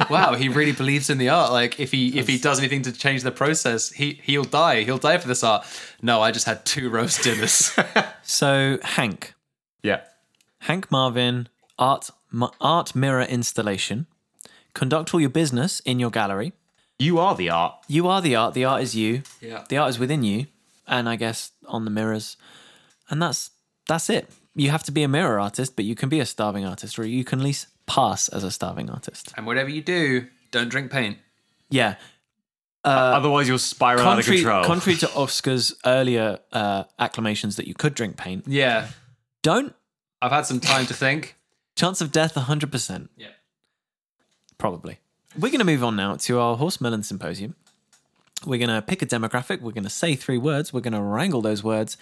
[SPEAKER 2] wow, he really believes in the art. Like if he if he does anything to change the process, he he'll die. He'll die for this art. No, I just had two roast dinners.
[SPEAKER 1] So Hank,
[SPEAKER 3] yeah.
[SPEAKER 1] Hank Marvin, art m- art mirror installation. Conduct all your business in your gallery.
[SPEAKER 3] You are the art.
[SPEAKER 1] You are the art. The art is you.
[SPEAKER 2] yeah.
[SPEAKER 1] The art is within you, and I guess on the mirrors, and that's that's it. You have to be a mirror artist, but you can be a starving artist, or you can at least pass as a starving artist.
[SPEAKER 2] And whatever you do, don't drink paint.
[SPEAKER 1] Yeah, Uh,
[SPEAKER 3] Otherwise, you'll spiral
[SPEAKER 1] contrary,
[SPEAKER 3] out of control.
[SPEAKER 1] contrary to Oscar's earlier uh, acclamations that you could drink paint,
[SPEAKER 2] Yeah.
[SPEAKER 1] don't.
[SPEAKER 2] I've had some time to think.
[SPEAKER 1] Chance of death, 100%.
[SPEAKER 2] Yeah.
[SPEAKER 1] Probably. We're going to move on now to our Horsemelon Symposium. We're going to pick a demographic. We're going to say three words. We're going to wrangle those words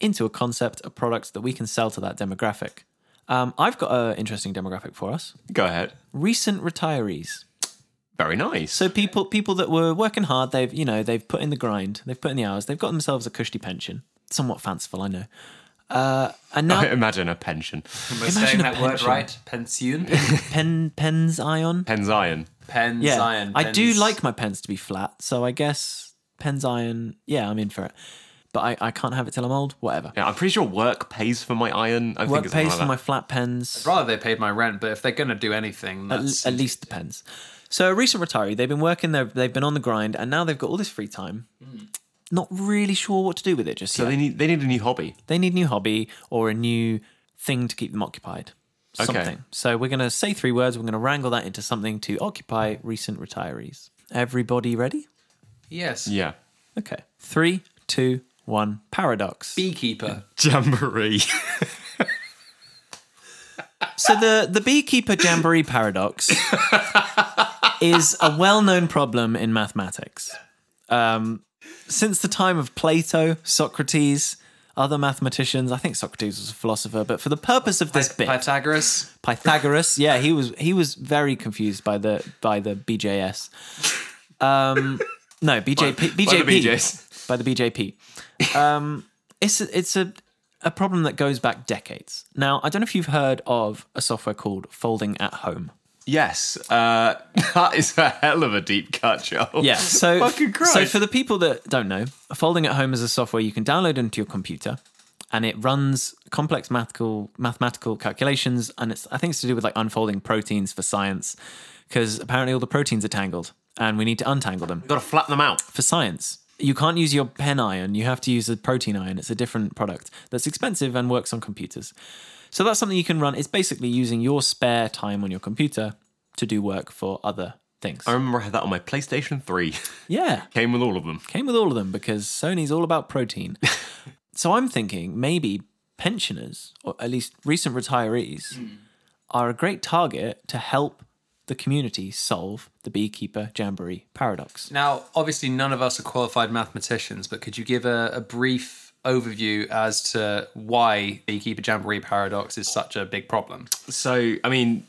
[SPEAKER 1] into a concept, a product that we can sell to that demographic. Um, I've got an interesting demographic for us
[SPEAKER 3] Go ahead.
[SPEAKER 1] recent retirees.
[SPEAKER 3] Very nice.
[SPEAKER 1] So people people that were working hard, they've you know they've put in the grind, they've put in the hours, they've got themselves a cushy pension, somewhat fanciful, I know. Uh, and now
[SPEAKER 3] Imagine a pension.
[SPEAKER 2] Am I
[SPEAKER 1] Imagine
[SPEAKER 2] saying
[SPEAKER 1] a
[SPEAKER 2] that word
[SPEAKER 1] pension.
[SPEAKER 2] right? Pension?
[SPEAKER 1] pen pens ion.
[SPEAKER 3] Penzion.
[SPEAKER 2] Pens,
[SPEAKER 1] Yeah,
[SPEAKER 2] iron.
[SPEAKER 1] I do
[SPEAKER 2] pens.
[SPEAKER 1] like my pens to be flat, so I guess pens iron. Yeah, I'm in for it, but I, I can't have it till I'm old. Whatever.
[SPEAKER 3] Yeah, I'm pretty sure work pays for my iron. I think
[SPEAKER 1] Work
[SPEAKER 3] it's something
[SPEAKER 1] pays
[SPEAKER 3] like
[SPEAKER 1] for my
[SPEAKER 3] that.
[SPEAKER 1] flat pens.
[SPEAKER 2] Rather they paid my rent, but if they're going to do anything,
[SPEAKER 1] At,
[SPEAKER 2] that's.
[SPEAKER 1] at least the pens. So a recent retiree, they've been working, they've, they've been on the grind, and now they've got all this free time. Not really sure what to do with it just
[SPEAKER 3] Hmm. So
[SPEAKER 1] yet.
[SPEAKER 3] they need they need a new hobby.
[SPEAKER 1] they need a new hobby or a new thing to keep them occupied.
[SPEAKER 3] Okay.
[SPEAKER 1] Something. So we're going to say three words. We're going to wrangle that into something to occupy recent retirees. Everybody ready?
[SPEAKER 2] yes.
[SPEAKER 3] Yeah.
[SPEAKER 1] Okay. Three, two, one. Paradox.
[SPEAKER 2] Beekeeper.
[SPEAKER 3] Jamboree.
[SPEAKER 1] So the the beekeeper jamboree paradox is a well-known problem in mathematics. Um, since the time of Plato, Socrates, other mathematicians, I think Socrates was a philosopher, but for the purpose of this bit,
[SPEAKER 2] Pythagoras.
[SPEAKER 1] Pythagoras. Yeah, he was he was very confused by the by the BJS. Um, no, BJP, BJP
[SPEAKER 3] by the BJs.
[SPEAKER 1] by the BJP. Um, it's a, it's a a problem that goes back decades. Now, I don't know if you've heard of a software called Folding at Home.
[SPEAKER 3] yes. Uh, that is a hell of a deep cut, Joel.
[SPEAKER 1] Yeah. So
[SPEAKER 3] fucking Christ.
[SPEAKER 1] So for the people that don't know, Folding at Home is a software you can download into your computer and it runs complex mathematical mathematical calculations and it's I think it's to do with like unfolding proteins for science because apparently all the proteins are tangled and we need to untangle them
[SPEAKER 3] Got to flatten them out.
[SPEAKER 1] for science. You can't use your pen iron, you have to use a protein iron. It's a different product that's expensive and works on computers. So that's something you can run. It's basically using your spare time on your computer to do work for other things.
[SPEAKER 3] I remember I had that on my PlayStation 3.
[SPEAKER 1] Yeah.
[SPEAKER 3] Came with all of them.
[SPEAKER 1] Came with all of them because Sony's all about protein. so I'm thinking maybe pensioners, or at least recent retirees, are a great target to help the community solve the beekeeper jamboree paradox.
[SPEAKER 2] Now, obviously, none of us are qualified mathematicians, but could you give a, a brief overview as to why beekeeper jamboree paradox is such a big problem?
[SPEAKER 3] So, I mean,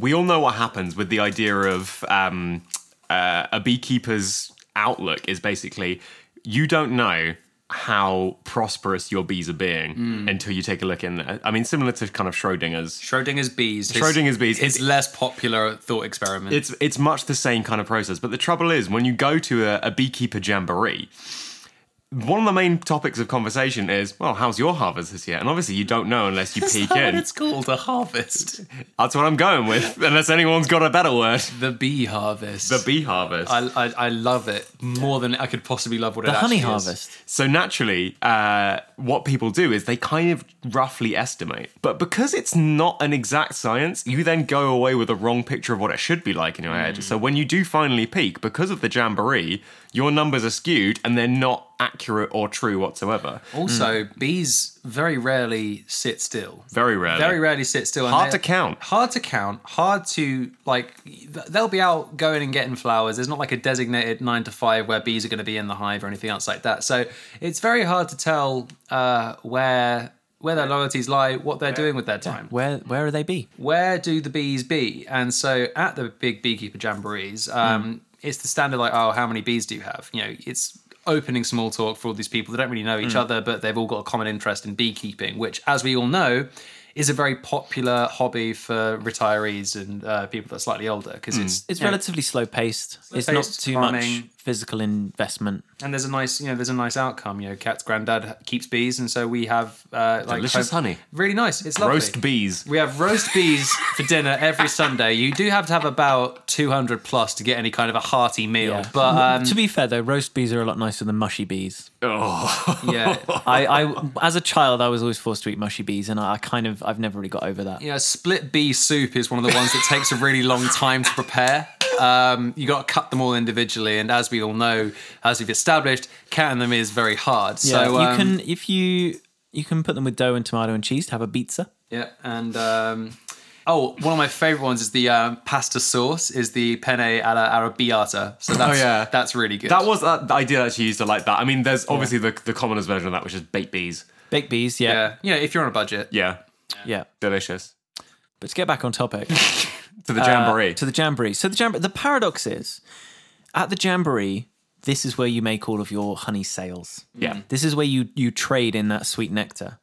[SPEAKER 3] we all know what happens with the idea of um, uh, a beekeeper's outlook is basically you don't know how prosperous your bees are being until you take a look in there. I mean, similar to kind of Schrodinger's.
[SPEAKER 2] Schrodinger's bees. his-
[SPEAKER 3] Schrodinger's bees.
[SPEAKER 2] His
[SPEAKER 3] It-
[SPEAKER 2] less popular thought experiment.
[SPEAKER 3] It's it's much the same kind of process, but the trouble is when you go to a, a beekeeper jamboree, one of the main topics of conversation is, well, how's your harvest this year? And obviously, you don't know unless you
[SPEAKER 2] Is
[SPEAKER 3] peek
[SPEAKER 2] that what
[SPEAKER 3] in.
[SPEAKER 2] it's called? A harvest.
[SPEAKER 3] That's what I'm going with, unless anyone's got a better word.
[SPEAKER 2] The bee harvest.
[SPEAKER 3] The bee harvest.
[SPEAKER 2] I, I, I love it more than I could possibly love what
[SPEAKER 1] The
[SPEAKER 2] it
[SPEAKER 1] honey
[SPEAKER 2] actually is.
[SPEAKER 1] harvest.
[SPEAKER 3] So naturally, uh, what people do is they kind of roughly estimate. But because it's not an exact science, you then go away with a wrong picture of what it should be like in your head. So when you do finally peak, because of the jamboree, your numbers are skewed and they're not accurate or true whatsoever.
[SPEAKER 2] Also,
[SPEAKER 3] Hmm.
[SPEAKER 2] bees very rarely sit still.
[SPEAKER 3] Very rarely.
[SPEAKER 2] Very rarely sit still. and
[SPEAKER 3] Hard
[SPEAKER 2] they're-
[SPEAKER 3] to count.
[SPEAKER 2] Hard to count. Hard to like. th- They'll be out going and getting flowers. There's not like a designated nine to five where bees are going to be in the hive or anything else like that. So it's very hard to tell uh, where where their loyalties lie, what they're doing with their time.
[SPEAKER 1] Where where are they be?
[SPEAKER 2] where do the bees be? And so at the big beekeeper jamborees,
[SPEAKER 3] Hmm.
[SPEAKER 2] um, it's the standard like, oh, how many bees do you have? You know, it's opening small talk for all these people. They don't really know each
[SPEAKER 3] Hmm.
[SPEAKER 2] other, but they've all got a common interest in beekeeping, which, as we all know, is a very popular hobby for retirees and uh, people that are slightly older because
[SPEAKER 3] Hmm.
[SPEAKER 2] it's
[SPEAKER 1] It's
[SPEAKER 2] you know,
[SPEAKER 1] relatively slow paced. It's not
[SPEAKER 2] Slow-paced,
[SPEAKER 1] too much
[SPEAKER 2] calming.
[SPEAKER 1] physical investment.
[SPEAKER 2] and there's a nice you know there's a nice outcome. You know, Kat's granddad keeps bees, and so we have uh, like
[SPEAKER 3] Delicious honey.
[SPEAKER 2] really nice. It's lovely.
[SPEAKER 3] Roast bees.
[SPEAKER 2] We have roast bees for dinner every Sunday. You do have to have about 200 plus to get any kind of a hearty meal.
[SPEAKER 1] Yeah.
[SPEAKER 2] But um,
[SPEAKER 1] to be fair though, roast bees are a lot nicer than mushy bees.
[SPEAKER 3] Oh.
[SPEAKER 2] um, yeah,
[SPEAKER 1] I, I as a child I was always forced to eat mushy bees and I, I kind of I've never really got over that.
[SPEAKER 2] yeah, split bee soup is one of the ones that takes a really long time to prepare. Um, you got to cut them all individually, and as we all know, as we've established, counting them is very hard.
[SPEAKER 1] Yeah,
[SPEAKER 2] so um,
[SPEAKER 1] you can if you you can put them with dough and tomato and cheese to have a pizza.
[SPEAKER 2] Yeah, and um, oh, one of my favorite ones is the um, pasta sauce is the penne alla arrabbiata.
[SPEAKER 1] Oh,
[SPEAKER 2] So that's
[SPEAKER 3] yeah.
[SPEAKER 2] that's really good.
[SPEAKER 3] That was that idea that she used to like that. I mean, there's obviously the, the commonest version of that, which is baked bees.
[SPEAKER 1] Baked bees, yeah.
[SPEAKER 2] yeah, you know, if you're on a budget,
[SPEAKER 3] Yeah.
[SPEAKER 1] Yeah.
[SPEAKER 3] Delicious.
[SPEAKER 1] But to get back on topic.
[SPEAKER 3] To the jamboree.
[SPEAKER 1] Uh, to the jamboree. So the jamboree. The paradox is, at the jamboree, this is where you make all of your honey sales.
[SPEAKER 3] yeah.
[SPEAKER 1] This is where you you trade in that sweet nectar.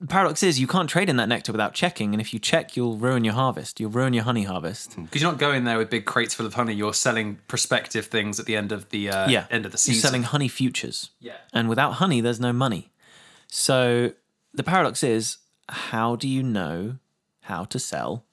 [SPEAKER 1] The paradox is you can't trade in that nectar without checking, and if you check, you'll ruin your harvest. You'll ruin your honey harvest.
[SPEAKER 2] Because you're not going there with big crates full of honey. You're selling prospective things at the end of the uh,
[SPEAKER 1] yeah,
[SPEAKER 2] end of the
[SPEAKER 1] You're
[SPEAKER 2] season.
[SPEAKER 1] selling Uh, honey futures.
[SPEAKER 2] Yeah.
[SPEAKER 1] and without honey, there's no money. So the paradox is, how do you know how to sell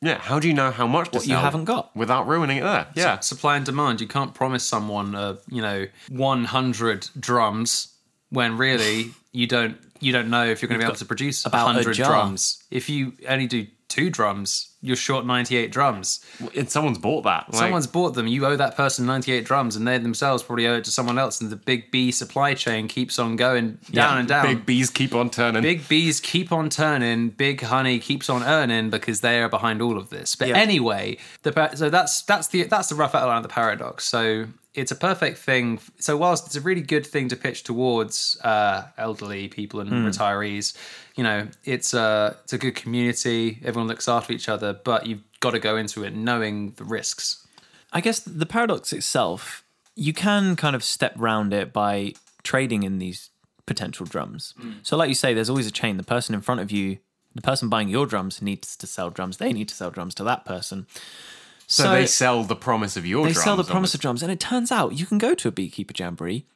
[SPEAKER 3] Yeah. How do you know how much to
[SPEAKER 1] what you
[SPEAKER 3] sell
[SPEAKER 1] haven't got?
[SPEAKER 3] without ruining it there? Yeah.
[SPEAKER 2] Supply and demand. You can't promise someone, uh, you know, 100 drums when really you don't you don't know if you're going to be able to produce
[SPEAKER 1] about a
[SPEAKER 2] 100
[SPEAKER 1] jar.
[SPEAKER 2] drums. If you only do two drums, you're short 98 drums.
[SPEAKER 3] And someone's bought that. Like,
[SPEAKER 2] Someone's bought them. You owe that person 98 drums, and they themselves probably owe it to someone else. And the big B supply chain keeps on going down and down.
[SPEAKER 3] Big bees keep on turning.
[SPEAKER 2] Big bees keep on turning. Big honey keeps on earning because they are behind all of this. But
[SPEAKER 1] Yeah.
[SPEAKER 2] anyway, the pa- so that's that's the that's the rough outline of the paradox. So it's a perfect thing. So whilst it's a really good thing to pitch towards uh, elderly people and retirees, you know, it's a it's a good community. Everyone looks after each other, but you've got to go into it knowing the risks.
[SPEAKER 1] I guess the paradox itself, you can kind of step round it by trading in these potential drums.
[SPEAKER 3] Mm.
[SPEAKER 1] So, like you say, there's always a chain. The person in front of you, the person buying your drums, needs to sell drums. They need to sell drums to that person.
[SPEAKER 3] so, they sell the promise of your
[SPEAKER 1] they sell the
[SPEAKER 3] drums,
[SPEAKER 1] promise of drums. And it turns out you can go to a beekeeper jamboree.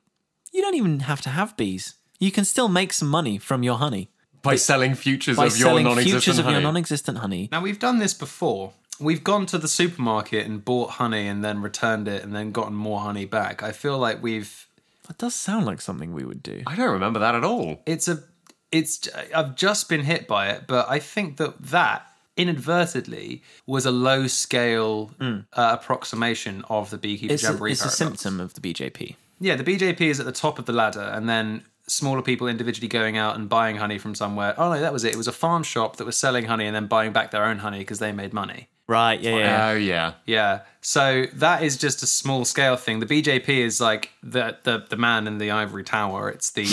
[SPEAKER 1] You don't even have to have bees. You can still make some money from your honey
[SPEAKER 3] by selling futures
[SPEAKER 1] by
[SPEAKER 3] of your
[SPEAKER 1] selling
[SPEAKER 3] non-existent
[SPEAKER 1] futures of
[SPEAKER 3] honey.
[SPEAKER 1] your non-existent honey.
[SPEAKER 2] Now we've done this before. We've gone to the supermarket and bought honey and then returned it and then gotten more honey back. I feel like we've
[SPEAKER 1] That does sound like something we would do.
[SPEAKER 3] I don't remember that at all.
[SPEAKER 2] it's a it's i've just been hit by it but i think that that inadvertently was a low scale uh, approximation of the beekeeper
[SPEAKER 1] Hmm. It's, a,
[SPEAKER 2] jamboree
[SPEAKER 1] it's a
[SPEAKER 2] paradox.
[SPEAKER 1] symptom of the BJP.
[SPEAKER 2] yeah the bjp is at the top of the ladder and then smaller people individually going out and buying honey from somewhere oh no that was it it was a farm shop that was selling honey and then buying back their own honey because they made money
[SPEAKER 1] Right, yeah, yeah.
[SPEAKER 3] Oh yeah.
[SPEAKER 2] yeah so that is just a small scale thing the bjp is like the the, the man in the ivory tower it's the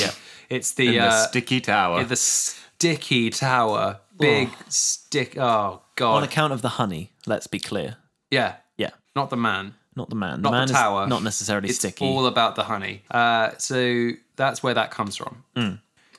[SPEAKER 2] it's the,
[SPEAKER 3] In the
[SPEAKER 2] uh,
[SPEAKER 3] sticky tower.
[SPEAKER 2] Yeah, the sticky tower. Big stick. Oh
[SPEAKER 1] On
[SPEAKER 2] god.
[SPEAKER 1] account of the honey, let's be clear.
[SPEAKER 2] yeah.
[SPEAKER 1] Yeah.
[SPEAKER 2] Not the man.
[SPEAKER 1] Not the man. The
[SPEAKER 2] Not
[SPEAKER 1] man
[SPEAKER 2] the tower.
[SPEAKER 1] is not necessarily sticky.
[SPEAKER 2] It's all about the honey. Uh, so that's where that comes from.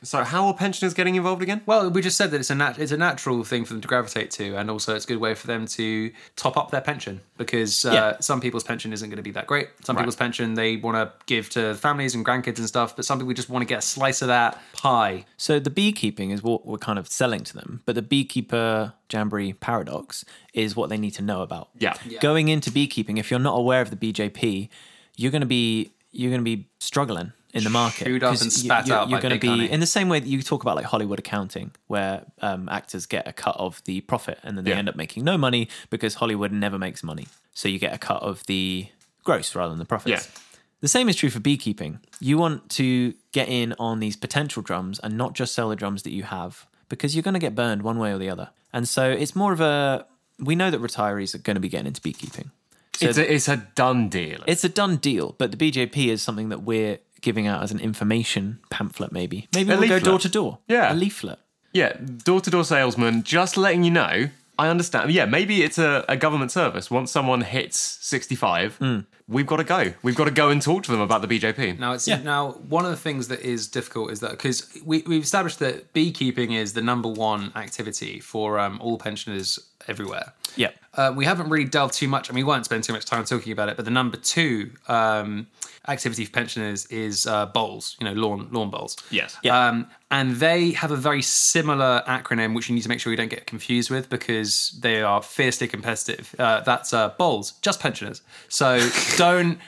[SPEAKER 3] So how are pensioners getting involved again?
[SPEAKER 2] Well, we just said that it's a nat- it's a natural thing for them to gravitate to, and also it's a good way for them to top up their pension because uh,
[SPEAKER 1] Yeah.
[SPEAKER 2] some people's pension isn't going to be that great. Some people's pension they want to give to families and grandkids and stuff, but some people just want to get a slice of that pie.
[SPEAKER 1] So the beekeeping is what we're kind of selling to them, but the beekeeper jamboree paradox is what they need to know about.
[SPEAKER 3] Yeah. Yeah.
[SPEAKER 1] Going into beekeeping, if you're not aware of the BJP, you're going to be you're going to be struggling in the market.
[SPEAKER 2] Chewed up
[SPEAKER 1] 'cause
[SPEAKER 2] and spat
[SPEAKER 1] you,
[SPEAKER 2] out
[SPEAKER 1] You're
[SPEAKER 2] like
[SPEAKER 1] gonna
[SPEAKER 2] big
[SPEAKER 1] be
[SPEAKER 2] honey.
[SPEAKER 1] in the same way that you talk about like Hollywood accounting, where um, actors get a cut of the profit and then they
[SPEAKER 3] Yeah.
[SPEAKER 1] end up making no money because Hollywood never makes money. So you get a cut of the gross rather than the profits.
[SPEAKER 3] Yeah.
[SPEAKER 1] The same is true for beekeeping. You want to get in on these potential drums and not just sell the drums that you have because you're going to get burned one way or the other. And so it's more of a we know that retirees are going to be getting into beekeeping. So
[SPEAKER 3] It's a, it's a done deal.
[SPEAKER 1] it's a done deal, but the BJP is something that we're giving out as an information pamphlet maybe. Maybe
[SPEAKER 3] A
[SPEAKER 1] we'll
[SPEAKER 3] leaflet.
[SPEAKER 1] go door to door.
[SPEAKER 3] Yeah.
[SPEAKER 1] A leaflet.
[SPEAKER 3] yeah, door-to-door salesman. Just letting you know. I understand. Yeah, maybe it's a, a government service. Once someone hits sixty-five,
[SPEAKER 1] Hmm.
[SPEAKER 3] we've got to go. We've got to go and talk to them about the BJP.
[SPEAKER 2] Now it's
[SPEAKER 1] Yeah.
[SPEAKER 2] now one of the things that is difficult is that because we we've established that beekeeping is the number one activity for um, all pensioners everywhere.
[SPEAKER 1] Yeah.
[SPEAKER 2] Uh, we haven't really delved too much, and we won't spend too much time talking about it. But the number two um, activity for pensioners is uh, bowls, you know, lawn lawn bowls.
[SPEAKER 3] Yes.
[SPEAKER 1] Yeah.
[SPEAKER 2] Um, and they have a very similar acronym, which you need to make sure you don't get confused with because they are fiercely competitive. Uh, that's uh, bowls, just pensioners. So don't.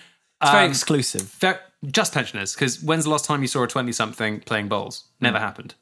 [SPEAKER 1] It's very
[SPEAKER 2] um,
[SPEAKER 1] exclusive.
[SPEAKER 2] Fair, just pensioners, because when's the last time you saw a 20 something playing bowls? Never
[SPEAKER 1] Hmm.
[SPEAKER 2] happened.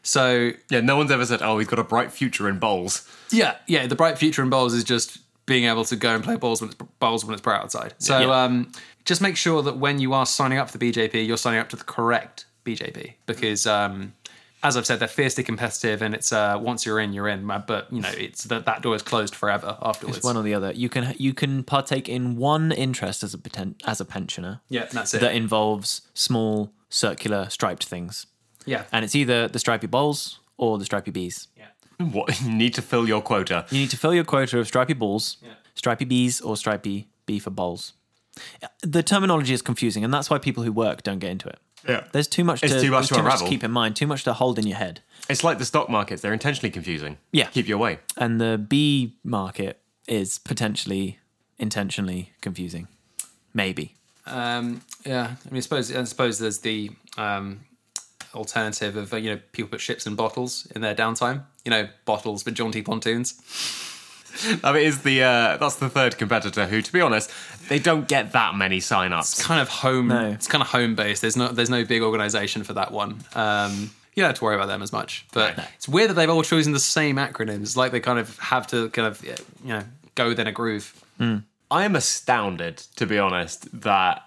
[SPEAKER 2] So,
[SPEAKER 3] Yeah, no one's ever said, "Oh, he's got a bright future in bowls."
[SPEAKER 2] yeah, yeah, the bright future in bowls is just being able to go and play bowls when it's bowls when it's bright outside. So,
[SPEAKER 1] Yeah.
[SPEAKER 2] um, just make sure that when you are signing up for the BJP, you're signing up to the correct BJP because, um, as I've said, they're fiercely competitive, and it's uh, once you're in, you're in. But you know, it's that that door is closed forever afterwards.
[SPEAKER 1] It's one or the other. You can you can partake in one interest as a poten- as a pensioner.
[SPEAKER 2] yeah, that's it.
[SPEAKER 1] that involves small circular striped things.
[SPEAKER 2] yeah,
[SPEAKER 1] And it's either the stripy balls or the stripy bees.
[SPEAKER 2] yeah.
[SPEAKER 3] What you need to fill your quota.
[SPEAKER 1] You need to fill your quota of stripy balls, stripy bees, or stripy bee for bowls. The terminology is confusing, and that's why people who work don't get into it.
[SPEAKER 3] Yeah,
[SPEAKER 1] There's too much to,
[SPEAKER 3] It's too much
[SPEAKER 1] there's
[SPEAKER 3] to unravel.
[SPEAKER 1] keep in mind, too much to hold in your head.
[SPEAKER 3] it's like the stock markets; they're intentionally confusing.
[SPEAKER 1] Yeah.
[SPEAKER 3] keep you away.
[SPEAKER 1] And the bee market is potentially intentionally confusing. Maybe.
[SPEAKER 2] Um, yeah, I mean, I suppose I suppose there's the um, alternative of uh, you know people put ships in bottles in their downtime. You know, bottles with jaunty pontoons.
[SPEAKER 3] I mean, is the uh, that's the third competitor who, to be honest, they don't get that many sign-ups.
[SPEAKER 2] Kind of home.
[SPEAKER 1] No.
[SPEAKER 2] It's kind of home based. There's no there's no big organisation for that one. Um, you don't have to worry about them as much. But
[SPEAKER 3] No.
[SPEAKER 2] it's weird that they've all chosen the same acronyms. It's Like they kind of have to kind of yeah, you know go then a groove.
[SPEAKER 3] I am astounded, to be honest, that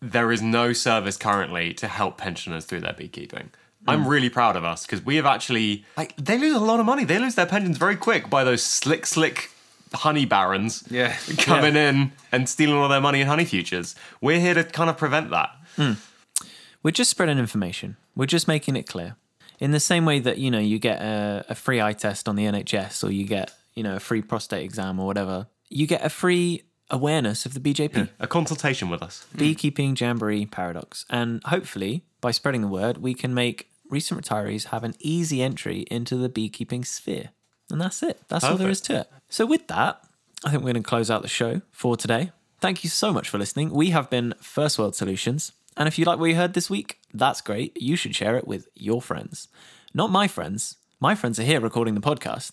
[SPEAKER 3] there is no service currently to help pensioners through their beekeeping. I'm really proud of us because we have actually like they lose a lot of money. They lose their pensions very quick by those slick, slick honey barons.
[SPEAKER 2] Yeah.
[SPEAKER 3] coming in and stealing all their money in honey futures. We're here to kind of prevent that.
[SPEAKER 1] We're just spreading information. We're just making it clear. In the same way that, you know, you get a, a free eye test on the NHS or you get, you know, a free prostate exam or whatever, you get a free awareness of the BJP,
[SPEAKER 3] A consultation with us.
[SPEAKER 1] beekeeping jamboree paradox. And hopefully, by spreading the word, we can make recent retirees have an easy entry into the beekeeping sphere. And that's it. That's all there is to it. So with that, I think we're going to close out the show for today. Thank you so much for listening. We have been First World Solutions. And if you like what you heard this week, that's great. You should share it with your friends. Not my friends. My friends are here recording the podcast.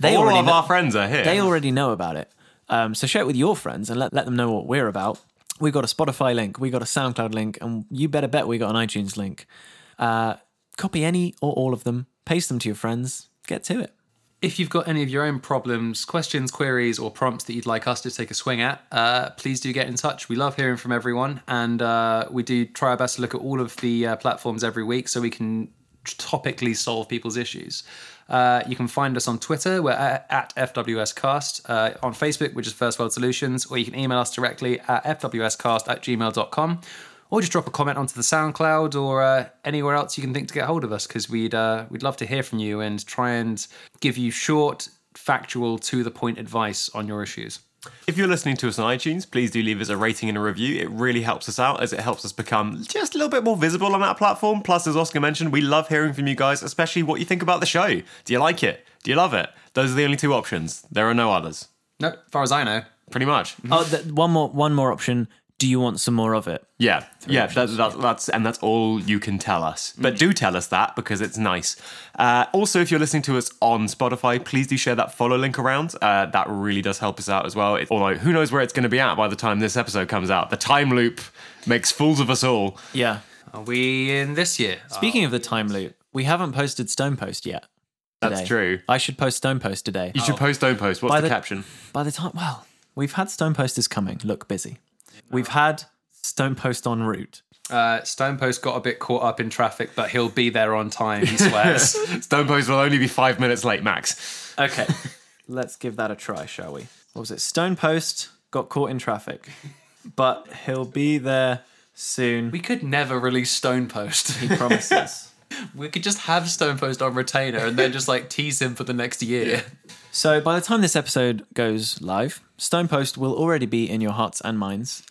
[SPEAKER 1] They
[SPEAKER 3] All
[SPEAKER 1] already
[SPEAKER 3] of
[SPEAKER 1] know-
[SPEAKER 3] our friends are here.
[SPEAKER 1] they already know about it. Um, so share it with your friends and let, let them know what we're about. We got a Spotify link, we got a SoundCloud link, and you better bet we got an iTunes link. Uh, copy any or all of them, paste them to your friends, get to it.
[SPEAKER 2] If you've got any of your own problems, questions, queries, or prompts that you'd like us to take a swing at, uh, please do get in touch. We love hearing from everyone, and uh, we do try our best to look at all of the uh, platforms every week so we can topically solve people's issues. Uh, you can find us on Twitter, we're at, at FWScast, uh, on Facebook, which is First World Solutions, or you can email us directly at FWScast at gmail.com. Or just drop a comment onto the SoundCloud or uh, anywhere else you can think to get hold of us because we'd uh, we'd love to hear from you and try and give you short, factual, to the point advice on your issues.
[SPEAKER 3] If you're listening to us on iTunes, please do leave us a rating and a review. It really helps us out as it helps us become just a little bit more visible on that platform. Plus, as Oscar mentioned, we love hearing from you guys, especially what you think about the show. Do you like it? Do you love it? Those are the only two options. There are no others.
[SPEAKER 2] No, far as I know.
[SPEAKER 3] Pretty much.
[SPEAKER 1] Oh, th- one more one more option. Do you want some more of it?
[SPEAKER 3] Yeah, yeah, that, that, that's and that's all you can tell us. But do tell us that because it's nice. Uh, also, if you're listening to us on Spotify, please do share that follow link around. Uh, that really does help us out as well. It, although who knows where it's going to be at by the time this episode comes out? The time loop makes fools of us all.
[SPEAKER 1] Yeah.
[SPEAKER 2] Are we in this year?
[SPEAKER 1] Speaking of the time loop, we haven't posted Stone Post yet.
[SPEAKER 3] That's
[SPEAKER 1] today.
[SPEAKER 3] true.
[SPEAKER 1] I should post Stone Post today.
[SPEAKER 3] You should post, don't post. What's
[SPEAKER 1] By
[SPEAKER 3] the,
[SPEAKER 1] the-
[SPEAKER 3] caption?
[SPEAKER 1] By the time, well, we've had Stone Post is coming. Look busy. We've had Stone Post en route.
[SPEAKER 2] uh, Stonepost got a bit caught up in traffic, but he'll be there on time. He swears.
[SPEAKER 3] Stone post will only be five minutes late max.
[SPEAKER 1] Okay, let's give that a try, shall we? What was it? Stone Post got caught in traffic, but he'll be there soon.
[SPEAKER 2] we could never release Stonepost.
[SPEAKER 1] He promises.
[SPEAKER 2] we could just have Stonepost on retainer and then just like tease him for the next year.
[SPEAKER 1] So by the time this episode goes live, Stone Post will already be in your hearts and minds.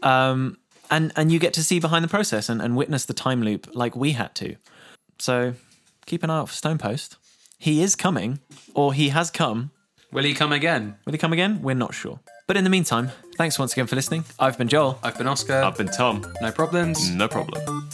[SPEAKER 1] Um, and and you get to see behind the process and, and witness the time loop like we had to. So keep an eye out for Stone Post. He is coming, or he has come.
[SPEAKER 2] Will he come again?
[SPEAKER 1] Will he come again? We're not sure. But in the meantime, thanks once again for listening. I've been Joel.
[SPEAKER 2] I've been Oscar.
[SPEAKER 3] I've been Tom.
[SPEAKER 2] no problems.
[SPEAKER 3] No problem.